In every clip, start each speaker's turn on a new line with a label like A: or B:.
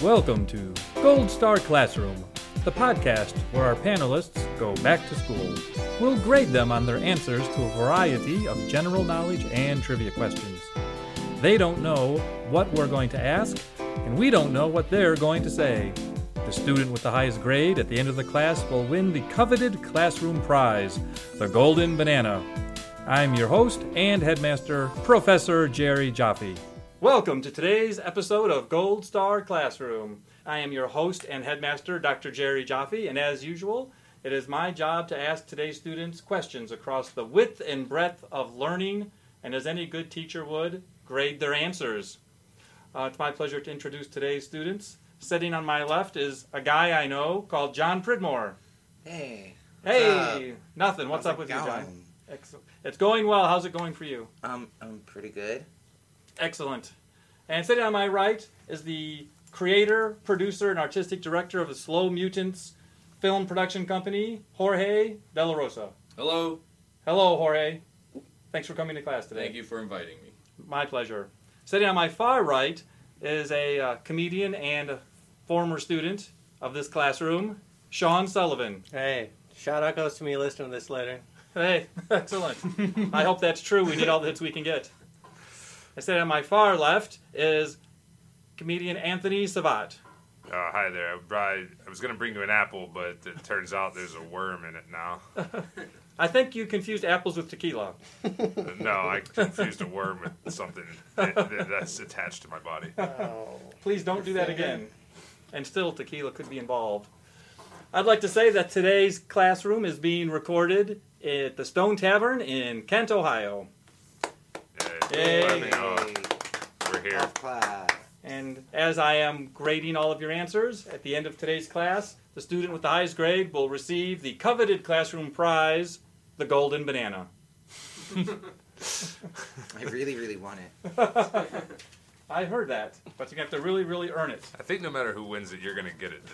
A: Welcome to Gold Star Classroom, the podcast where our panelists go back to school. We'll grade them on their answers to a variety of general knowledge and trivia questions. They don't know what we're going to ask, and we don't know what they're going to say. The student with the highest grade at the end of the class will win the coveted classroom prize, the Golden Banana. I'm your host and headmaster, Professor Jerry Jaffe. Welcome to today's episode of Gold Star Classroom. I am your host and headmaster, Dr. Jerry Jaffe, and as usual, it is my job to ask today's students questions across the width and breadth of learning, and as any good teacher would, grade their answers. Uh, it's my pleasure to introduce today's students. Sitting on my left is a guy I know called John Pridmore.
B: Hey.
A: Hey, nothing. What's
B: how's
A: up
B: it
A: with you, John?
B: going?
A: Excellent. It's going well. How's it going for you?
B: Um, I'm pretty good.
A: Excellent. And sitting on my right is the creator, producer, and artistic director of the Slow Mutants film production company, Jorge De La Rosa.
C: Hello.
A: Hello, Jorge. Thanks for coming to class today.
C: Thank you for inviting me.
A: My pleasure. Sitting on my far right is a uh, comedian and a former student of this classroom, Sean Sullivan.
D: Hey, shout out goes to me listening to this later.
A: Hey, excellent. I hope that's true. We need all the hits we can get. I said on my far left is comedian Anthony Savat.
E: Uh, hi there. I, brought, I was going to bring you an apple, but it turns out there's a worm in it now.
A: I think you confused apples with tequila.
E: no, I confused a worm with something that, that- that's attached to my body.
F: Oh.
A: Please don't do that again. And still, tequila could be involved. I'd like to say that today's classroom is being recorded at the Stone Tavern in Kent, Ohio.
E: Hey, let me know. We're here.
B: Off class.
A: And as I am grading all of your answers, at the end of today's class, the student with the highest grade will receive the coveted classroom prize, the Golden Banana.
B: I really, really want it.
A: I heard that, but you have to really, really earn it.
E: I think no matter who wins it, you're going to get it.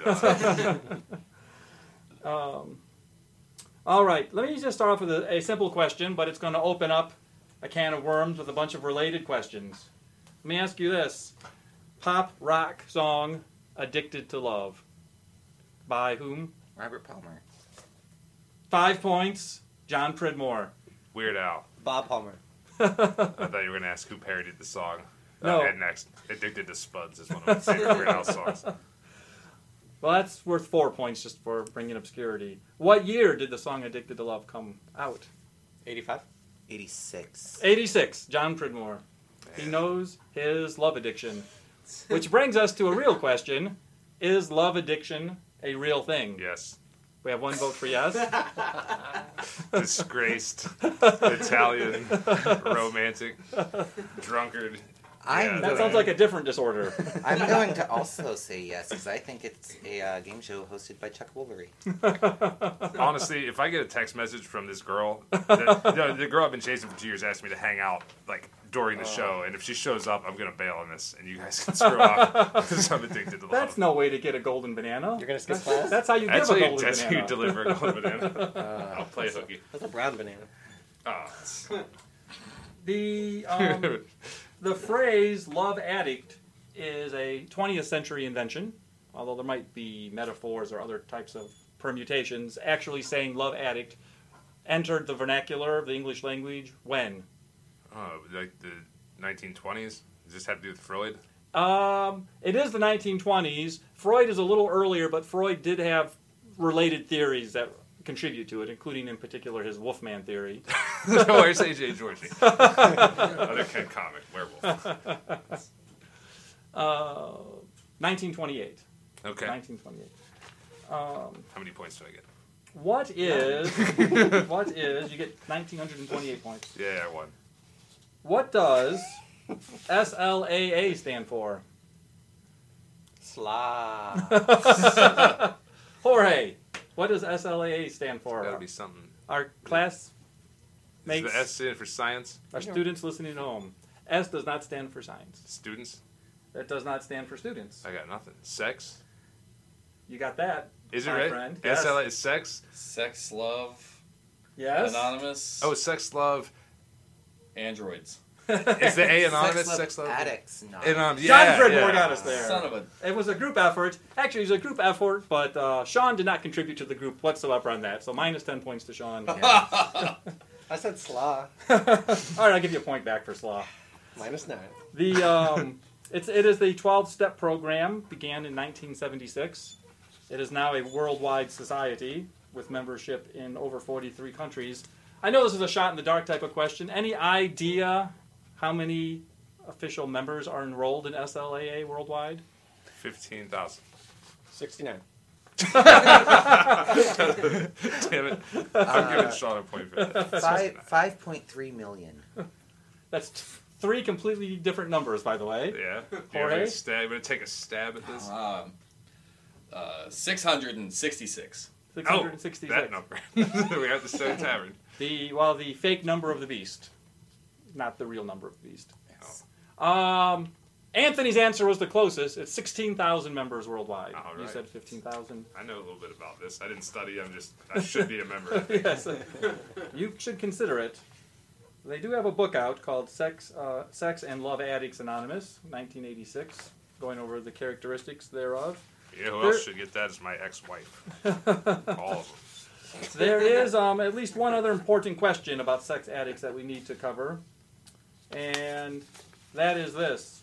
E: John.
A: Um, All right, let me just start off with a, a simple question, but it's going to open up a can of worms with a bunch of related questions. Let me ask you this Pop rock song Addicted to Love. By whom?
B: Robert Palmer.
A: Five points, John Pridmore.
E: Weird Al.
D: Bob Palmer.
E: I thought you were going to ask who parodied the song.
A: No.
E: Uh, and next, Addicted to Spuds is one of my favorite Weird Al songs.
A: Well, that's worth four points just for bringing obscurity. What year did the song Addicted to Love come out?
D: 85?
B: 86.
A: 86, John Pridmore. He knows his love addiction. Which brings us to a real question Is love addiction a real thing?
E: Yes.
A: We have one vote for yes.
E: Disgraced, Italian, romantic, drunkard.
B: I'm
A: That
B: going,
A: sounds like a different disorder.
B: I'm going to also say yes because I think it's a uh, game show hosted by Chuck Wolverine.
E: Honestly, if I get a text message from this girl, the, the, the girl I've been chasing for two years asked me to hang out like during the
A: Oh.
E: show, and if she shows up, I'm gonna bail on this, and you guys can screw off because I'm addicted to love.
A: That's no way to get a golden banana.
D: You're gonna skip
A: that's,
D: class?
A: That's how you
E: That's
A: give a
E: how you,
A: golden
E: that's how you
A: banana. Uh,
E: deliver a golden banana. I'll play hooky.
D: That's a brown banana.
E: Ah.
A: the um, the phrase "love addict" is a 20th century invention, although there might be metaphors or other types of permutations. Actually, saying "love addict" entered the vernacular of the English language when?
E: oh, like the 1920s. Does this have to do with Freud?
A: Um, it is the 1920s. Freud is a little earlier, but Freud did have related theories that contribute to it, including in particular his Wolfman theory.
E: Where's AJ Georgie? Other Ken comic werewolf.
A: Uh, 1928.
E: Okay.
A: 1928.
E: How many points do I get?
A: What is what is you get 1928 points.
E: Yeah, I won.
A: What does SLAA stand for?
D: Sla.
A: Jorge, what does SLAA stand for?
E: That'll be something.
A: Our class
E: Is
A: makes
E: the S in for science?
A: our students listening at home. S does not stand for science.
E: Students?
A: That does not stand for students.
E: I got nothing. Sex?
A: You got that?
E: Is it
A: My
E: right?
A: friend, yes.
E: SLA is sex.
C: Sex, love,
A: Yes.
C: anonymous,
E: Oh, sex, love,
C: androids.
E: Is the A anonymous?
B: Sex
E: Sex
B: love
E: love?
B: addicts. Not.
E: Anon-
D: John
E: yeah,
D: Fred
E: yeah.
D: Morgana's there.
C: Son of a.
A: It was a group effort. Actually, it was a group effort, but uh, Sean did not contribute to the group whatsoever on that. So minus 10 points to Sean. All
D: I said slaw.
A: right, I'll give you a point back for Slaw.
D: Minus nine.
A: The um, it's it is the 12-step program began in 1976. It is now a worldwide society with membership in over 43 countries. I know this is a shot in the dark type of question. Any idea how many official members are enrolled in SLAA worldwide?
E: 15,000.
D: 69.
E: Damn it. I'm
B: Uh,
E: giving Sean a point for that.
B: Five five point three million.
A: That's t- three completely different numbers, by the way.
E: Yeah. You're
A: Jorge?
E: gonna, stab, you wanna take a stab at this?
C: Um, uh, 666.
E: Oh,
A: 666.
E: that number. we have the Stone Tavern.
A: The well, the fake number of the beast, not the real number of the beast.
C: Yes.
A: Um, Anthony's answer was the closest. It's sixteen thousand members worldwide.
E: All
A: You
E: right.
A: said fifteen thousand.
E: I know a little bit about this. I didn't study. I'm just, I should be a member.
A: yes, you should consider it. They do have a book out called "Sex, uh, Sex and Love Addicts Anonymous," 1986, going over the characteristics thereof.
E: You know who
A: There-
E: else should get that is my ex-wife. All of them.
A: There is um, at least one other important question about sex addicts that we need to cover, and that is this: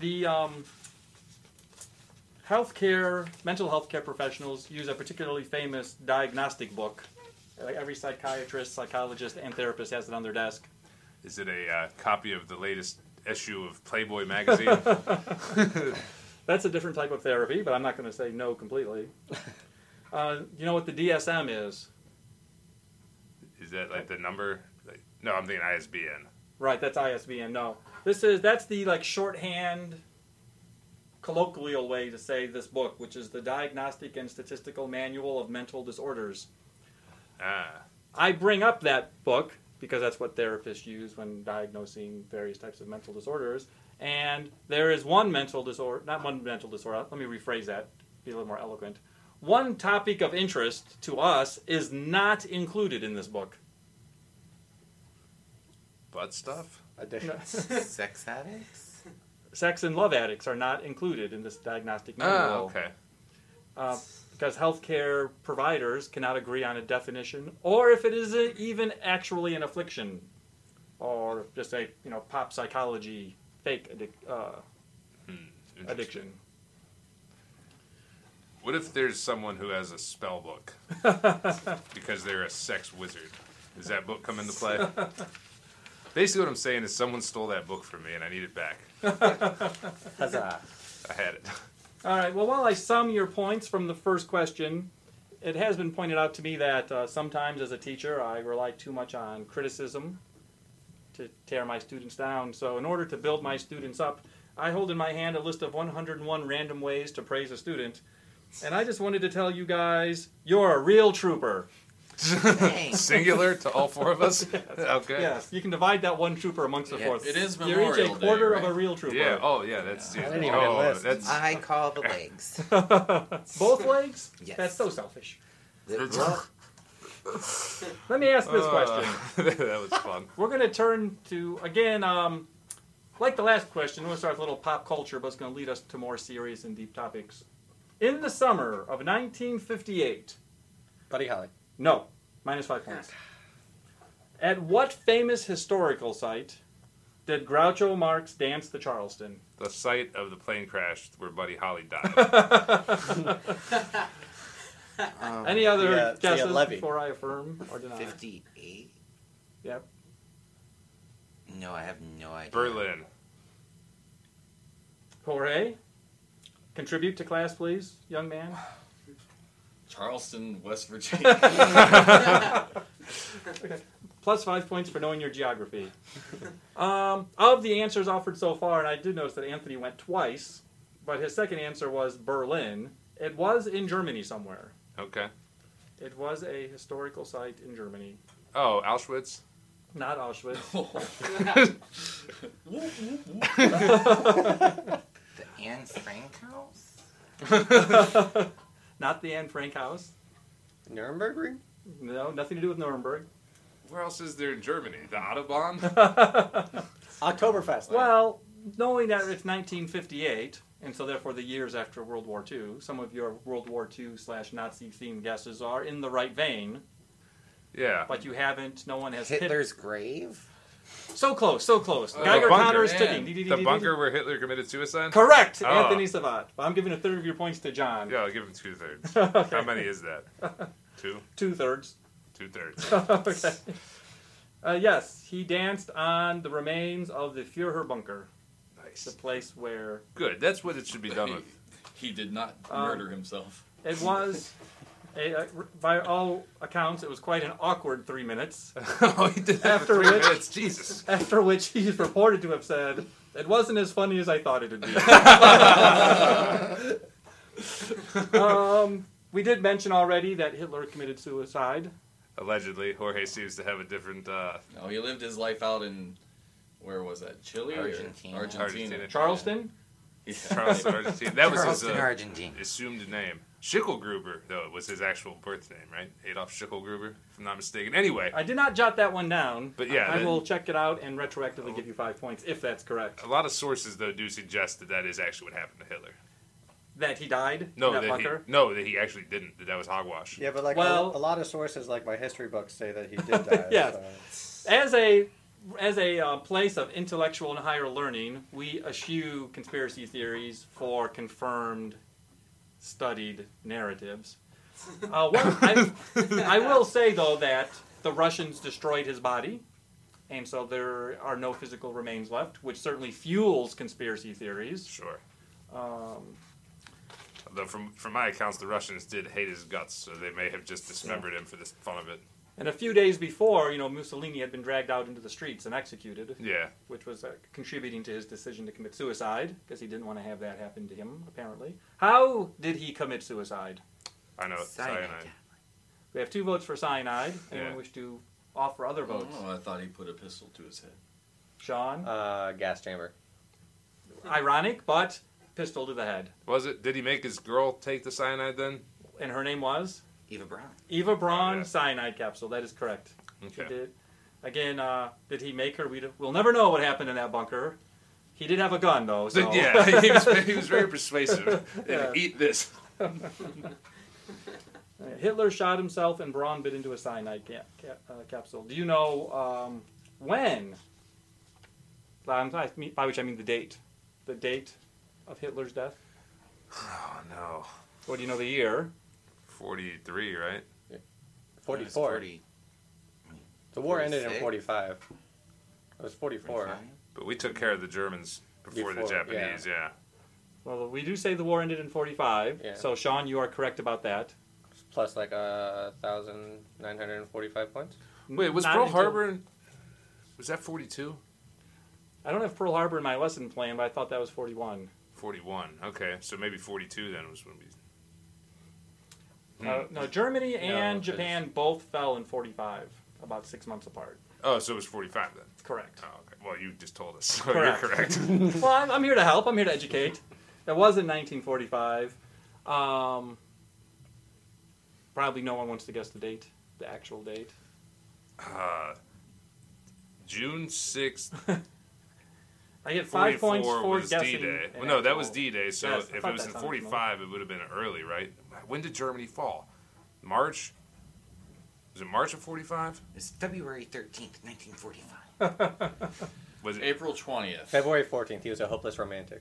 A: the um, healthcare, mental health care professionals use a particularly famous diagnostic book. Like every psychiatrist, psychologist, and therapist has it on their desk.
E: Is it a uh, copy of the latest issue of Playboy magazine?
A: That's a different type of therapy, but I'm not going to say no completely. Uh, you know what the DSM is?
E: Is that like the number? Like, no, I'm thinking ISBN.
A: Right, that's ISBN. No, this is that's the like shorthand, colloquial way to say this book, which is the Diagnostic and Statistical Manual of Mental Disorders.
E: Ah,
A: I bring up that book because that's what therapists use when diagnosing various types of mental disorders. And there is one mental disorder, not one mental disorder, let me rephrase that, be a little more eloquent. One topic of interest to us is not included in this book.
E: butt stuff.
D: Addition.
B: Sex addicts.
A: Sex and love addicts are not included in this diagnostic manual.
E: okay.
A: uh, because healthcare providers cannot agree on a definition or if it is a, even actually an affliction or just a you know pop psychology fake addic- uh,
E: Interesting.
A: addiction
E: What if there's someone who has a spell book because they're a sex wizard? Does that book come into play? Basically, what I'm saying is someone stole that book from me and I need it back.
D: Huzzah.
E: I had it.
A: all right well while i sum your points from the first question it has been pointed out to me that uh, sometimes as a teacher i rely too much on criticism to tear my students down so in order to build my students up i hold in my hand a list of 101 random ways to praise a student and i just wanted to tell you guys you're a real trooper
B: Dang.
E: Singular to all four of us. Okay.
A: Yes, you can divide that one trooper amongst the
C: Yeah,
A: fourth.
C: it is
A: You're each a
C: Memorial Day,
A: quarter of
C: right?
A: a real trooper.
E: Yeah. Oh, yeah. That's.
D: I
E: Yeah.
D: didn't even
E: Oh,
D: list.
E: that's.
B: I call the legs.
A: Both legs?
B: Yes.
A: That's so selfish.
B: The- well,
A: Let me ask this
E: Uh,
A: question.
E: question. oh. that was fun.
A: We're going to turn to, again, um, like the last question, we're going to start with a little pop culture, but it's going to lead us to more serious and deep topics. In the summer of 1958,
D: Buddy Holly.
A: no, minus five points. At what famous historical site did Groucho Marx dance the Charleston?
E: The site of the plane crash where Buddy Holly died.
A: Any other
D: the, uh, the
A: guesses
D: levy.
A: before I affirm or deny?
B: Fifty-eight.
A: Uh, Yep.
B: No, I have no idea.
E: Berlin.
A: Jorge, contribute to class, please, young man.
C: Charleston, West Virginia.
A: Plus five points for knowing your geography. um, of the answers offered so far, and I did notice that Anthony went twice, but his second answer was Berlin. It was in Germany somewhere.
E: Okay.
A: It was a historical site in Germany,
E: Oh, Auschwitz.
A: not Auschwitz.
B: The Anne Frank house.
A: not the Anne Frank House.
D: Nuremberg ring?
A: No, nothing to do with Nuremberg.
E: Where else is there in Germany? The Autobahn?
D: Oktoberfest.
A: Well, knowing that it's 1958, and so therefore the years after World War II, some of your World War II slash Nazi themed guesses are in the right vein,
E: yeah.
A: but you haven't. No one has hit-
B: Hitler's grave?
A: So close, so close.
C: Oh,
A: Geiger
E: Uh, the bunker,
A: counter is
C: man.
A: ticking. Dee, dee, dee,
E: The
A: dee,
E: bunker where Hitler committed suicide?
A: dee. Correct,
E: Oh.
A: Anthony Savat. But I'm giving a third of your points to John.
E: Yeah, I'll give him two thirds. How many is that? Two?
A: Two thirds.
E: Two thirds.
A: okay. Uh, yes, he danced on the remains of the Führer bunker, the
E: Nice.
A: place where
E: Good. That's what it should be done
C: he,
E: with.
C: he did not
A: Um,
C: murder himself.
A: It was, a, a- by all accounts, it was quite an awkward three minutes.
E: oh, he did that
A: After
E: for three
A: which-
E: minutes. Jesus.
A: After which he is reported to have said, "It wasn't as funny as I thought it would be." um, we did mention already that Hitler committed suicide.
E: Allegedly, Jorge seems to have a different. Uh,
C: No, he lived his life out in where was that? Chile or
B: Argentina.
C: Argentina.
E: Argentina.
A: Charleston.
C: Yeah.
E: Charles Argentina. That was his
B: Charleston,
E: uh,
B: Argentina.
E: assumed name. Schickelgruber, though, was his actual birth name, right? Adolf Schickelgruber, if I'm not mistaken. Anyway,
A: I did not jot that one down.
E: But yeah,
A: I
E: that-
A: will check it out and retroactively give you five points if that's correct.
E: a lot of sources, though, do suggest that that is actually what happened to Hitler.
A: That he died.
E: No,
A: in that,
E: that,
A: bunker.
E: he no, that he actually didn't. That that was hogwash.
F: Yeah, but like
A: Well-
F: a, a lot of sources, like my history books, say that he did die.
A: Yes.
F: so-
A: as a as a uh, place of intellectual and higher learning, we eschew conspiracy theories for confirmed, studied narratives. Uh, one, I, I will say though that the Russians destroyed his body, and so there are no physical remains left, which certainly fuels conspiracy theories.
E: Sure.
A: Um,
E: Although, from from my accounts, the Russians did hate his guts, so they may have just dismembered him for the fun of it.
A: and a few days before, you know, Mussolini had been dragged out into the streets and executed.
E: Yeah.
A: which was uh, contributing to his decision to commit suicide because he didn't want to have that happen to him, apparently. How did he commit suicide?
E: I know.
B: Cyanide.
E: Cyanide.
A: We have two votes for cyanide. Anyone
E: Yeah.
A: wish to offer other votes?
C: Oh, I thought he put a pistol to his head.
A: Sean?
D: Uh, gas chamber.
A: Ironic, but pistol to the head.
E: Was it? Did he make his girl take the cyanide then?
A: And her name was?
B: Eva Braun.
A: Eva Braun
E: yeah.
A: cyanide capsule. That is correct. She
E: Okay.
A: did. Again, uh, did he make her? We don't- We'll never know what happened in that bunker. He did have a gun, though. So.
E: Yeah, he was, he was very persuasive. And
A: Yeah.
E: Eat this.
A: Hitler shot himself and Braun bit into a cyanide ca- ca- uh, capsule. Do you know um, when? Um, I mean- By which I mean the date. The date of Hitler's death?
E: Oh no.
A: Or do you know the year?
E: Forty-three, right?
B: It was
F: 44.
B: 40.
F: The war ended in
B: 46?
F: 45. It was 44.
B: 45?
E: But we took care of the Germans before, the
F: Before, yeah.
E: Japanese. Yeah.
A: Well, we do say the war ended in 45.
F: Yeah.
A: So, Sean, you are correct about that.
F: Plus like a thousand nine hundred and forty-five points.
E: Wait, was
A: Not
E: Pearl
A: until-
E: Harbor? in- Was that forty-two?
A: I don't have Pearl Harbor in my lesson plan, but I thought that was 41.
E: Forty-one. Okay, so maybe forty-two then was when we.
A: Uh, no, Germany and
C: 'cause-
A: Japan both fell in 45, about six months apart.
E: Oh, so it was forty-five then.
A: Correct.
E: Oh, okay. Well, you just told us.
A: Correct.
E: You're correct.
A: well, I'm, I'm here to help. I'm here to educate. That was in 1945. Um, probably no one wants to guess the date, the actual date.
E: Uh, June sixth,
A: I get five points
E: forty-four
A: for
E: was
A: guessing.
E: D Day.
A: an
E: Well, no, that was
A: actual-
E: D Day. So
A: Yes, I
E: if it
A: thought
E: was
A: that
E: in
A: sounded familiar.
E: forty-five, it would have been early, right? When did Germany fall? March. Was it March of forty-five?
B: It's February 13th, 1945.
E: Was it
C: April 20th.
F: February 14th, he was a hopeless romantic.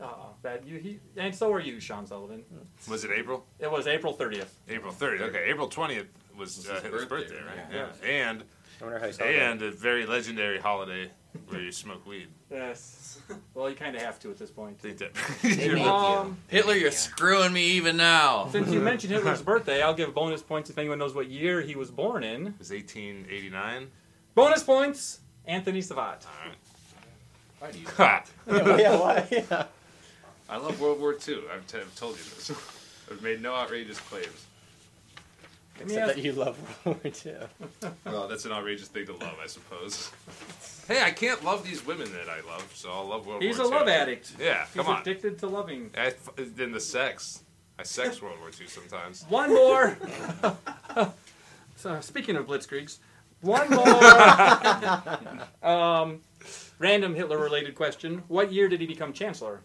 A: Uh-uh, that you, he, and so are you, Sean Sullivan.
E: Was it April?
A: It was April 30th.
E: April 30th. Okay, April 20th was,
C: Was
E: uh,
C: his
E: Hitler's birthday,
C: birthday,
A: yeah.
E: right? And
F: I wonder how he saw
E: and a very legendary holiday where you smoke weed.
A: Yes. Well, you kind of have to at this point.
E: I think that.
B: They made
A: Um,
B: you.
C: Hitler,
B: They made
C: you're screwing me even now.
A: Since you mentioned Hitler's birthday, I'll give bonus points if anyone knows what year he was born in.
E: It was 1889.
A: Bonus points, Anthony Savat.
E: All right.
C: Why do you-
E: Ha!
F: that. yeah, why? Yeah.
E: I love World War II. I've, t- I've told you this. I've made no outrageous claims.
A: Let me
F: Except
A: ask-
F: that you love World War II.
E: Well, that's an outrageous thing to love, I suppose. Hey, I can't love these women that I love, so I'll love World
A: He's a
E: War II.
A: love addict.
E: Yeah,
A: He's
E: come on.
A: addicted to loving.
E: I f- Then the sex. I sex World War II sometimes.
A: One more. so speaking of blitzkriegs, One more um, random Hitler related question. What year did he become chancellor?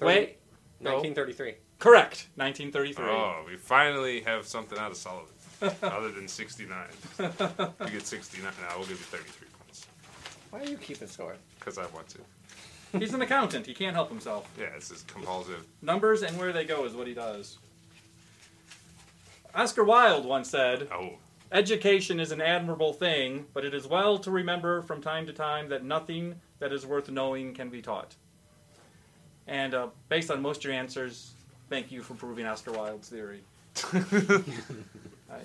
A: Wait. No.
D: 1933.
A: Correct. 1933.
E: Oh, we finally have something out of Sullivan. Other than 69. You get 69. Now we'll give you 33 points.
D: Why are you keeping score?
E: Because I want to.
A: He's an accountant. He can't help himself.
E: Yeah, this is compulsive.
A: Numbers and where they go is what he does. Oscar Wilde once said,
E: Oh,
A: Education is an admirable thing, but it is well to remember from time to time that nothing that is worth knowing can be taught. And uh, based on most of your answers, thank you for proving Oscar Wilde's theory. I,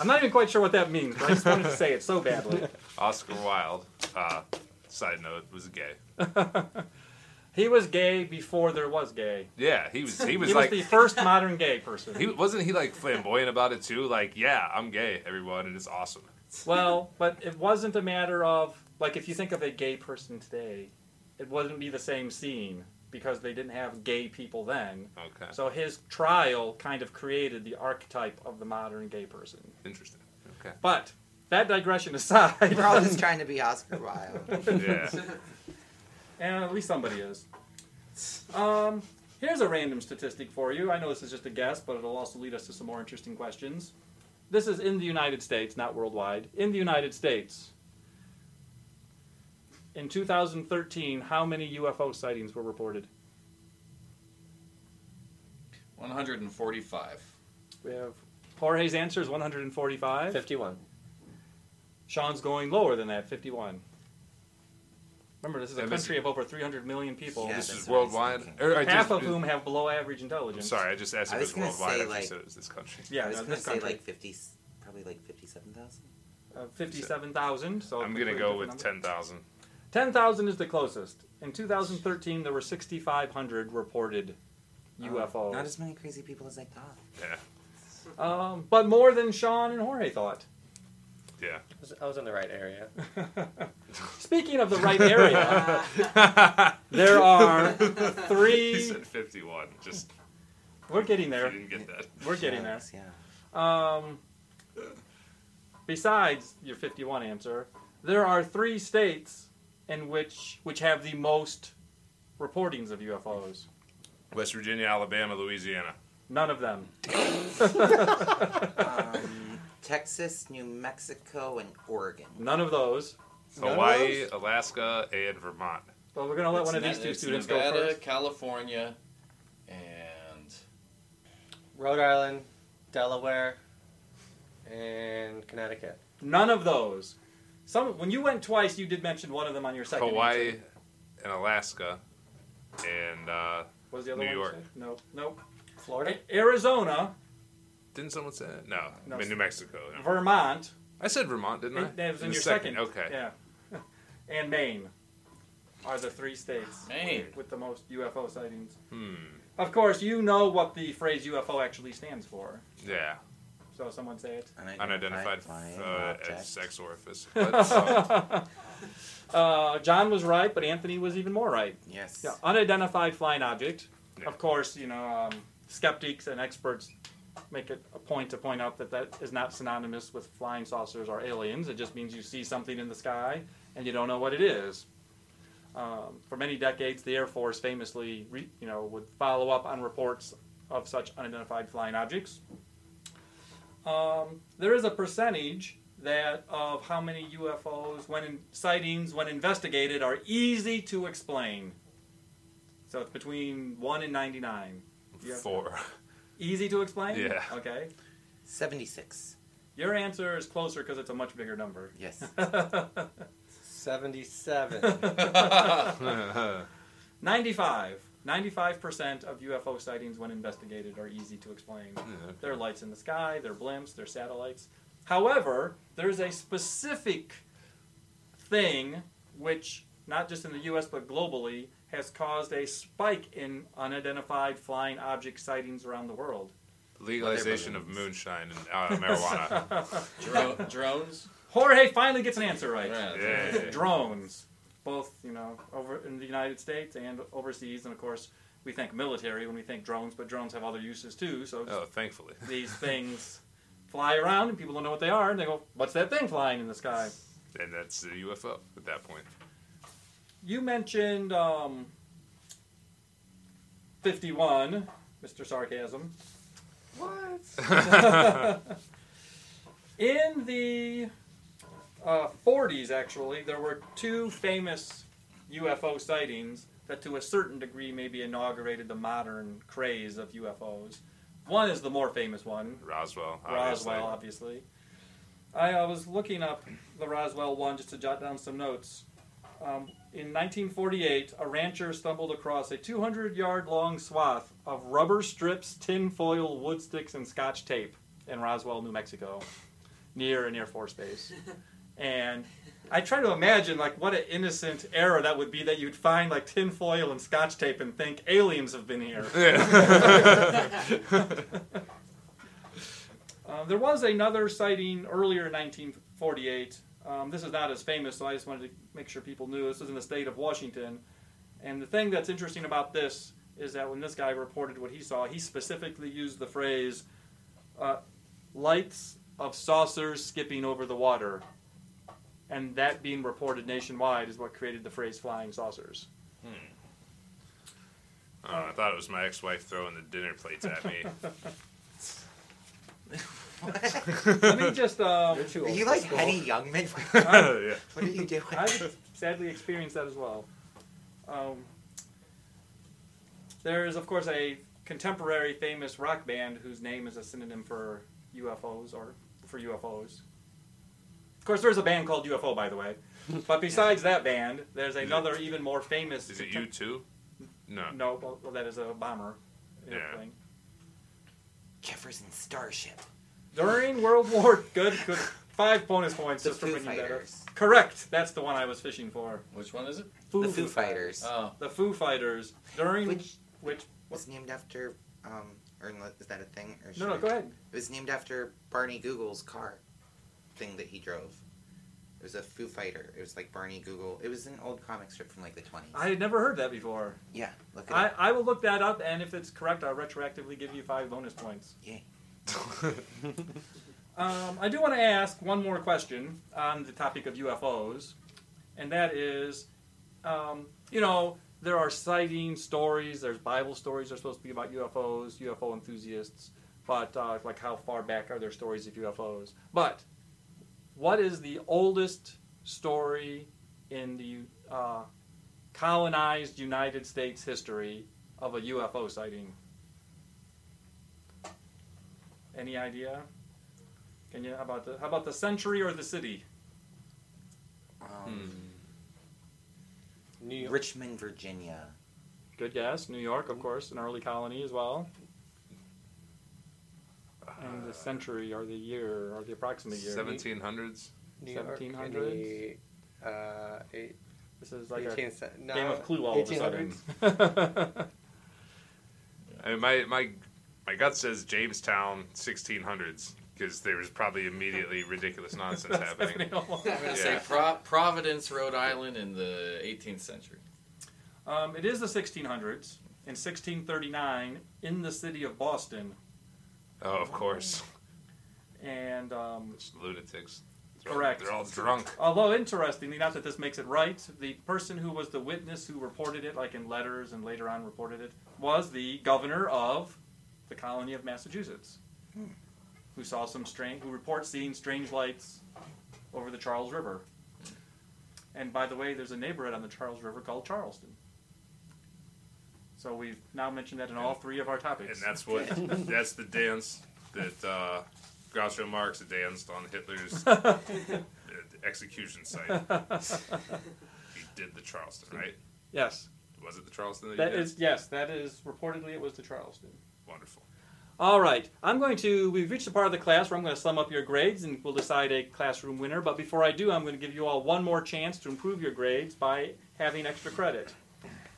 A: I'm not even quite sure what that means, but I just wanted to say it so badly.
E: Oscar Wilde. Uh, side note was gay.
A: He was gay before there was gay.
E: Yeah, he was. He
A: He
E: was
A: was
E: like.
A: the first modern gay person.
E: He wasn't he like flamboyant about it too. Like, yeah, I'm gay, everyone, and it's awesome.
A: Well, but it wasn't a matter of like if you think of a gay person today, it wouldn't be the same scene because they didn't have gay people then.
E: Okay,
A: So his trial kind of created the archetype of the modern gay person.
E: interesting. Okay,
A: But that digression aside,
B: We're all just trying to be Oscar Wilde.
E: yeah.
A: and Eh, at least somebody is. Um, here's a random statistic for you. I know this is just a guess, but it'll also lead us to some more interesting questions. This is in the United States, not worldwide. In the United States, in 2013, how many UFO sightings were reported?
C: 145.
A: We have Jorge's answer is 145.
D: 51.
A: Sean's going lower than that, 51. Remember, this is a
E: And this
A: country of over 300 million people,
B: Yeah,
E: this
B: that's
E: is
B: what I was
E: worldwide.
B: thinking.
E: Or I
A: half
E: just-
A: of whom have below average
E: I'm
A: intelligence.
E: sorry, I just asked
B: I
E: if it
B: was
E: was
B: gonna
E: worldwide.
B: say,
E: I
B: like-
E: said it was this country.
A: Yeah,
B: I was
A: no,
B: gonna
A: this
B: say
A: country.
B: like fifty, probably like fifty-seven thousand.
A: Uh, 57,000. So
E: I'm
A: it's a
E: gonna
A: pretty
E: go
A: good
E: with
A: number.
E: ten thousand.
A: 10,000 is the closest. In 2013, there were 6,500 reported
B: Oh, Not
A: UFOs.
B: as many crazy people as I thought.
E: Yeah,
A: um, but more than Sean and Jorge thought.
D: I was, I was in the right area.
A: Speaking of the right area,
E: yeah.
A: there are
E: he
A: three.
E: said fifty-one. Just
A: We're getting there.
E: You didn't get that.
A: We're getting there.
B: Yeah.
A: Um, besides your 51 answer, there are three states in which which have the most reportings of UFOs.
E: West Virginia, Alabama, Louisiana.
A: None of them.
B: Um, Texas, New Mexico, and Oregon.
A: None of those.
D: None of
E: Hawaii,
D: those?
E: Alaska, and Vermont.
A: But we're gonna let
C: It's
A: one of
C: Ne-
A: these two
C: it's
A: students
C: Nevada,
A: go first.
C: California, and
D: Rhode Island, Delaware, and Connecticut.
A: None of those. Some when you went twice, you did mention one of them on your second.
E: Hawaii
A: answer.
E: and Alaska, and uh,
A: What was the other
E: New
A: one? you
E: York.
A: said? No, no.
D: Florida?
A: Arizona,
E: didn't someone say that? No,
A: No.
E: I mean, New Mexico. yeah.
A: Vermont.
E: I said Vermont, didn't I?
A: and That was in
E: the
A: your second.
E: Okay.
A: Yeah. And Maine are the three states
C: Maine.
A: with the most UFO sightings.
E: Hmm.
A: Of course, you know what the phrase UFO actually stands for.
E: Yeah.
A: So someone say it.
E: Unidentified
B: flying
E: uh,
B: object.
E: as sex orifice. But, uh,
A: Uh, John was right, but Anthony was even more right.
B: Yes.
A: Yeah, unidentified flying object.
E: Yeah.
A: Of course, you know, um, skeptics and experts make it a point to point out that that is not synonymous with flying saucers or aliens. It just means you see something in the sky and you don't know what it is. Um, for many decades, the Air Force famously, re, you know, would follow up on reports of such unidentified flying objects. Um, there is a percentage that of how many UFOs, when in, sightings, when investigated, are easy to explain. So it's between one and ninety-nine. Yeah.
E: uh, Four.
A: Easy to explain.
E: Yeah.
A: Okay.
B: Seventy-six.
A: Your answer is closer because it's a much bigger number.
B: Yes.
D: 77.
A: Ninety-five. Ninety-five percent of UFO sightings, when investigated, are easy to explain. They're lights in the sky. They're blimps. They're satellites. However, there's a specific thing which, not just in the U.S. but globally, has caused a spike in unidentified flying object sightings around the world.
E: Legalization of moonshine and uh, marijuana.
C: dro- drones.
A: Jorge finally gets an answer right.
C: Yeah.
E: Yeah.
A: drones, both you know over in the United States and overseas, and of course we think military when we think drones, but drones have other uses too. So
E: Oh, thankfully.
A: these things fly around and people don't know what they are and they go, "What's that thing flying in the sky?"
E: and that's a UFO at that point.
A: You mentioned um, 51, Mr. Sarcasm. In the uh, 40s, actually, there were two famous UFO sightings that, to a certain degree, maybe inaugurated the modern craze of UFOs. One is the more famous one,
E: Roswell. Obviously.
A: Roswell, obviously. I uh, was looking up the Roswell one just to jot down some notes. Um, in 1948, a rancher stumbled across a 200 yard long swath of rubber strips, tin foil, wood sticks, and scotch tape in Roswell, New Mexico, near an Air Force base. And I try to imagine like what an innocent error that would be that you'd find like tin foil and scotch tape and think aliens have been here.
E: Uh,
A: Um, there was another sighting earlier in 1948. Um, this is not as famous, so I just wanted to make sure people knew. This is in the state of Washington. And the thing that's interesting about this is that when this guy reported what he saw, he specifically used the phrase uh, lights of saucers skipping over the water. And that being reported nationwide is what created the phrase flying saucers.
E: Uh, I thought it was my ex-wife throwing the dinner plates at me.
A: Let me just. Um,
D: You're too
B: Are
D: old.
B: you
D: for
B: like
D: school.
B: Henny Youngman?
E: yeah.
B: what are you doing?
A: I've sadly experienced that as well. Um, there is, of course, a contemporary famous rock band whose name is a synonym for UFOs or for UFOs. Of course, there's a band called UFO, by the way. But besides that band, there's another even more famous.
E: Is it
A: contem-
E: you too? No.
A: No, well, well, that is a bomber
E: Yeah.
A: airplane.
B: Jefferson Starship.
A: During World War, good, good. Five bonus points
B: The
A: just for
B: Foo
A: bringing that up.
B: Fighters.
A: Correct. That's the one I was fishing for.
C: Which one is it?
B: The Foo Fighters.
C: Oh,
A: The Foo Fighters during
B: Which
A: which
B: was named after, um, or unle- is that a thing? Or
A: No,
B: should
A: no,
B: I-
A: go ahead.
B: It was named after Barney Google's car thing that he drove. It was a Foo Fighter. It was like Barney Google. It was an old comic strip from like the 20s.
A: I had never heard that before.
B: yeah, look at
A: I,
B: it.
A: I will look that up, and if it's correct, I'll retroactively give you five bonus points.
B: Yay.
A: Um, I do want to ask one more question on the topic of UFOs, and that is, um, you know, there are sighting stories, there's Bible stories that are supposed to be about UFOs, UFO enthusiasts, but uh, like how far back are there stories of UFOs? But what is the oldest story in the uh, colonized United States history of a UFO sighting? Any idea? Can you how about the how about the century or the city?
C: Hmm.
B: Um,
A: Hmm.
D: New York.
B: Richmond, Virginia.
A: Good guess. New York, of course, an early colony as well. And the century or the year or the approximate year.
E: Seventeen hundreds.
D: New York in
A: 1700s?
D: the, Uh, eight,
A: This is like a
D: 18th cent- no,
A: game of Clue all of a
D: 1800s?
A: sudden.
E: I mean, my my my gut says Jamestown sixteen hundreds because there was probably immediately ridiculous nonsense happening.
A: Stephanie almost-
C: I'm gonna
E: Yeah.
C: say Pro- Providence, Rhode Island, in the 18th century.
A: Um, it is the 1600s. In 1639, in the city of Boston,
E: Oh, of course,
A: and um,
E: it's lunatics. They're all-
A: Correct.
E: They're all drunk.
A: Although interestingly, not that this makes it right, the person who was the witness who reported it, like in letters and later on reported it, was the governor of the colony of Massachusetts, who saw some strange, who reports seeing strange lights over the Charles River. And by the way, there's a neighborhood on the Charles River called Charleston. So we've now mentioned that in all three of our
E: And
A: topics.
E: that's what that's the dance that uh, Groucho Marx danced on Hitler's uh, execution site. he did the Charleston, right?
A: yes,
E: Was it the Charleston that, he
A: that
E: did?
A: is yes, that is reportedly it was the Charleston.
E: Wonderful.
A: All right, I'm going to. We've reached the part of the class where I'm going to sum up your grades and we'll decide a classroom winner. But before I do, I'm going to give you all one more chance to improve your grades by having extra credit.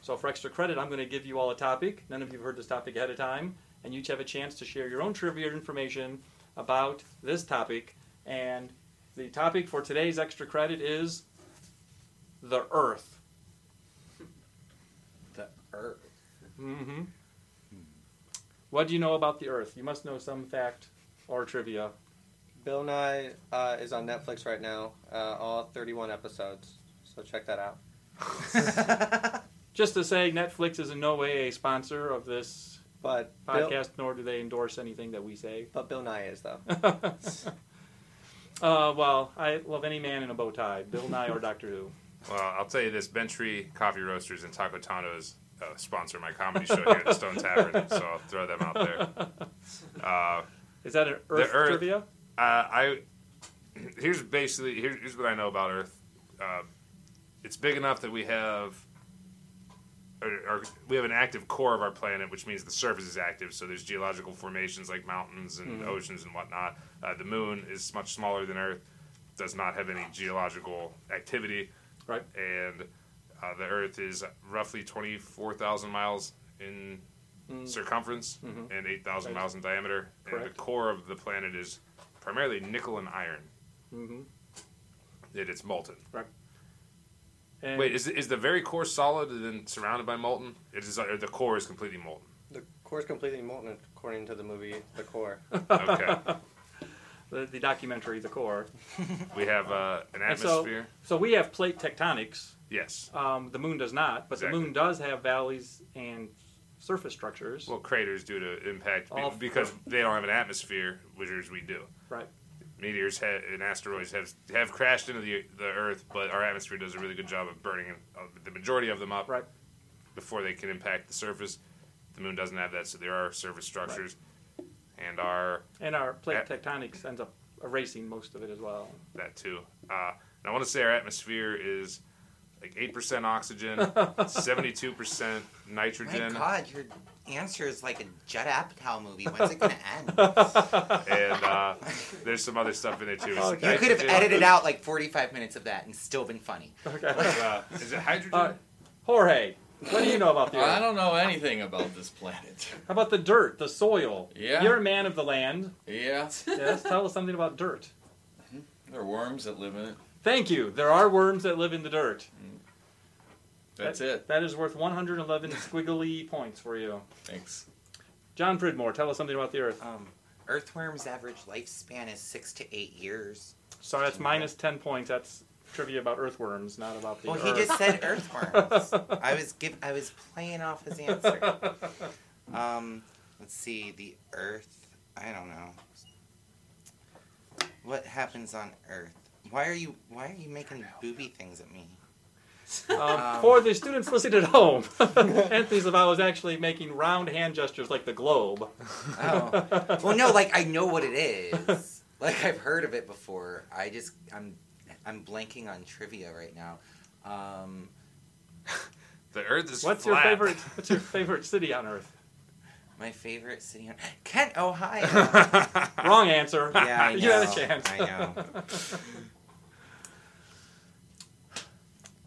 A: So, for extra credit, I'm going to give you all a topic. None of you have heard this topic ahead of time, and you each have a chance to share your own trivia information about this topic. And the topic for today's extra credit is the Earth.
C: The Earth.
A: Mm-hmm. What do you know about the Earth? You must know some fact or trivia
F: Bill Nye uh, is on Netflix right now, uh, all 31 episodes. So check that out.
A: Just to say, Netflix is in no way a sponsor of this
F: But Bill,
A: podcast, nor do they endorse anything that we say.
F: but Bill Nye is though.
A: uh, well, I love any man in a bow tie, Bill Nye or Doctor Who.
E: Well, I'll tell you this: Ben Tree Coffee Roasters and Taco Tano's uh, sponsor my comedy show here at the Stone Tavern, so I'll throw them out there. Uh,
A: Is that an Earth,
E: Earth-
A: trivia?
E: Uh, I here's basically here- here's what I know about Earth. Uh, it's big enough that we have. Or, or we have an active core of our planet, which means the surface is active. So there's geological formations like mountains and oceans and whatnot. Uh, the moon is much smaller than Earth, does not have any geological activity,
A: Right.
E: and uh, the Earth is roughly twenty four thousand miles in Mm. circumference
A: Mhm.
E: and eight thousand
A: Right.
E: miles in diameter. And
A: Correct.
E: the core of the planet is primarily nickel and iron.
A: hmm
E: That it's molten.
A: And
E: Wait, is, is the very core solid and then surrounded by molten? It is or the core is completely molten.
F: The core's completely molten according to the movie The Core.
E: Okay,
A: the, the documentary, The Core.
E: we have uh, an
A: And so-
E: atmosphere.
A: So we have plate tectonics.
E: yes.
A: Um, the moon does not, but
E: Exactly.
A: the moon does have valleys and surface structures.
E: Well, craters due to impact be-
A: All-
E: because they don't have an atmosphere, whereas we do.
A: right.
E: Meteors ha- and asteroids have have crashed into the the Earth, but our atmosphere does a really good job of burning uh, the majority of them up.
A: Right.
E: before they can impact the surface. The moon doesn't have that, so there are surface structures, and are
A: And our plate
E: Yeah.
A: tectonics ends up erasing most of it as well.
E: that too. Uh, and I want to say our atmosphere is like eight percent oxygen, seventy-two percent
B: My
E: nitrogen,
B: God, your answer is like a Judd Apatow movie. When's it gonna end?
E: and uh, there's some other stuff in there too.
A: Oh,
E: Is it
B: you could have
E: hydrogen?
B: edited out like 45 minutes of that and still been funny.
A: Okay.
E: Uh, is it hydrogen?
A: Uh, Jorge, what do you know about the
C: I
A: earth?
C: don't know anything about this planet.
A: How about the dirt, the soil?
C: Yeah.
A: You're a man of the land.
C: Yeah.
A: Yes, tell us something about dirt.
C: There are worms that live in it.
A: Thank you. There are worms that live in the dirt.
C: That's
A: That-
C: it.
A: That is worth 111 squiggly points for you.
C: Thanks.
A: John Pridmore, tell us something about the earth.
B: Um, earthworms' average lifespan is six to eight years.
A: So that's minus 10 points. That's trivia about earthworms, not about the
B: Well,
A: earth.
B: he just said earthworms. I was give, I was playing off his answer. Um, let's see, the Earth. I don't know. What happens on Earth? Why are you Why are you making booby things at me?
A: Um, for the students listening at home, Anthony Zavala is actually making round hand gestures like the globe.
B: Oh, well, no, like I know what it is. Like I've heard of it before. I just I'm I'm blanking on trivia right now. Um,
E: the Earth is
A: What's your
E: flat.
A: favorite? What's your favorite city on Earth?
B: my favorite city on Kent, Ohio.
A: Wrong answer.
B: yeah, I know.
A: you had a chance.
B: I know.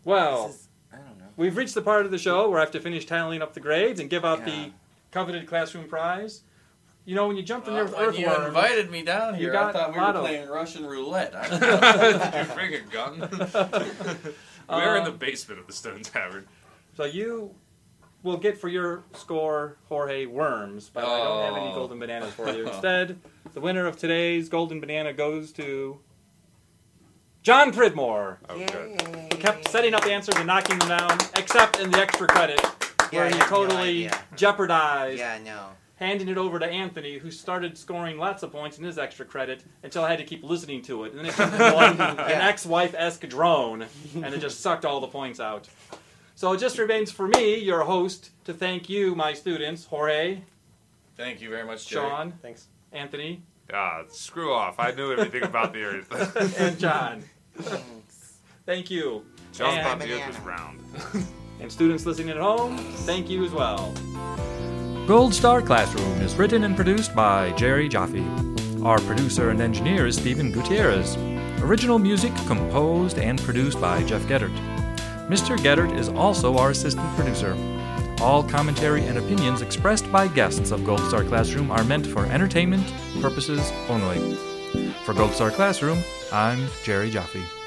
A: Well, Oh.
B: This is- I don't know.
A: we've reached the part of the show where I have to finish tallying up the grades and give out
B: Yeah.
A: the coveted classroom prize. You know, when you jumped in there
C: Uh,
A: with
C: when you
A: earthworm,
C: invited me down
A: You
C: here,
A: got
C: I thought we
A: a lot
C: were
A: of-
C: playing Russian roulette. I don't know.
E: Did you bring a gun? We're in the
A: Um,
E: basement of the Stone Tavern.
A: so you will get for your score Jorge worms, but I don't have any
C: Oh.
A: golden bananas for you. Instead, the winner of today's golden banana goes to John Pridmore.
E: Oh,
B: Yay.
E: good.
A: who kept setting up answers and knocking them down, except in the extra credit
B: Yeah,
A: where
B: I
A: he
B: have no
A: totally
B: idea.
A: jeopardized
B: Yeah, no.
A: handing it over to Anthony, who started scoring lots of points in his extra credit until I had to keep listening to it. And then it turned into like an
B: Yeah.
A: ex-wife esque drone, and it just sucked all the points out. So it just remains for me, your host, to thank you, my students, Jorge,
C: Thank you very much, Jerry.
A: Sean,
F: Thanks.
A: Anthony,
E: Ah, screw off. I knew everything about the Earth.
A: and John.
B: Thanks.
A: Thank you.
E: John
A: And-
E: thought the Earth was round.
A: And students listening at home, thank you as well.
G: Gold Star Classroom is written and produced by Jerry Jaffe. Our producer and engineer is Stephen Gutierrez. Original music composed and produced by Jeff Geddert. Mr. Geddert is also our assistant producer. All commentary and opinions expressed by guests of Gold Star Classroom are meant for entertainment purposes only. For Gold Star Classroom, I'm Jerry Jaffe.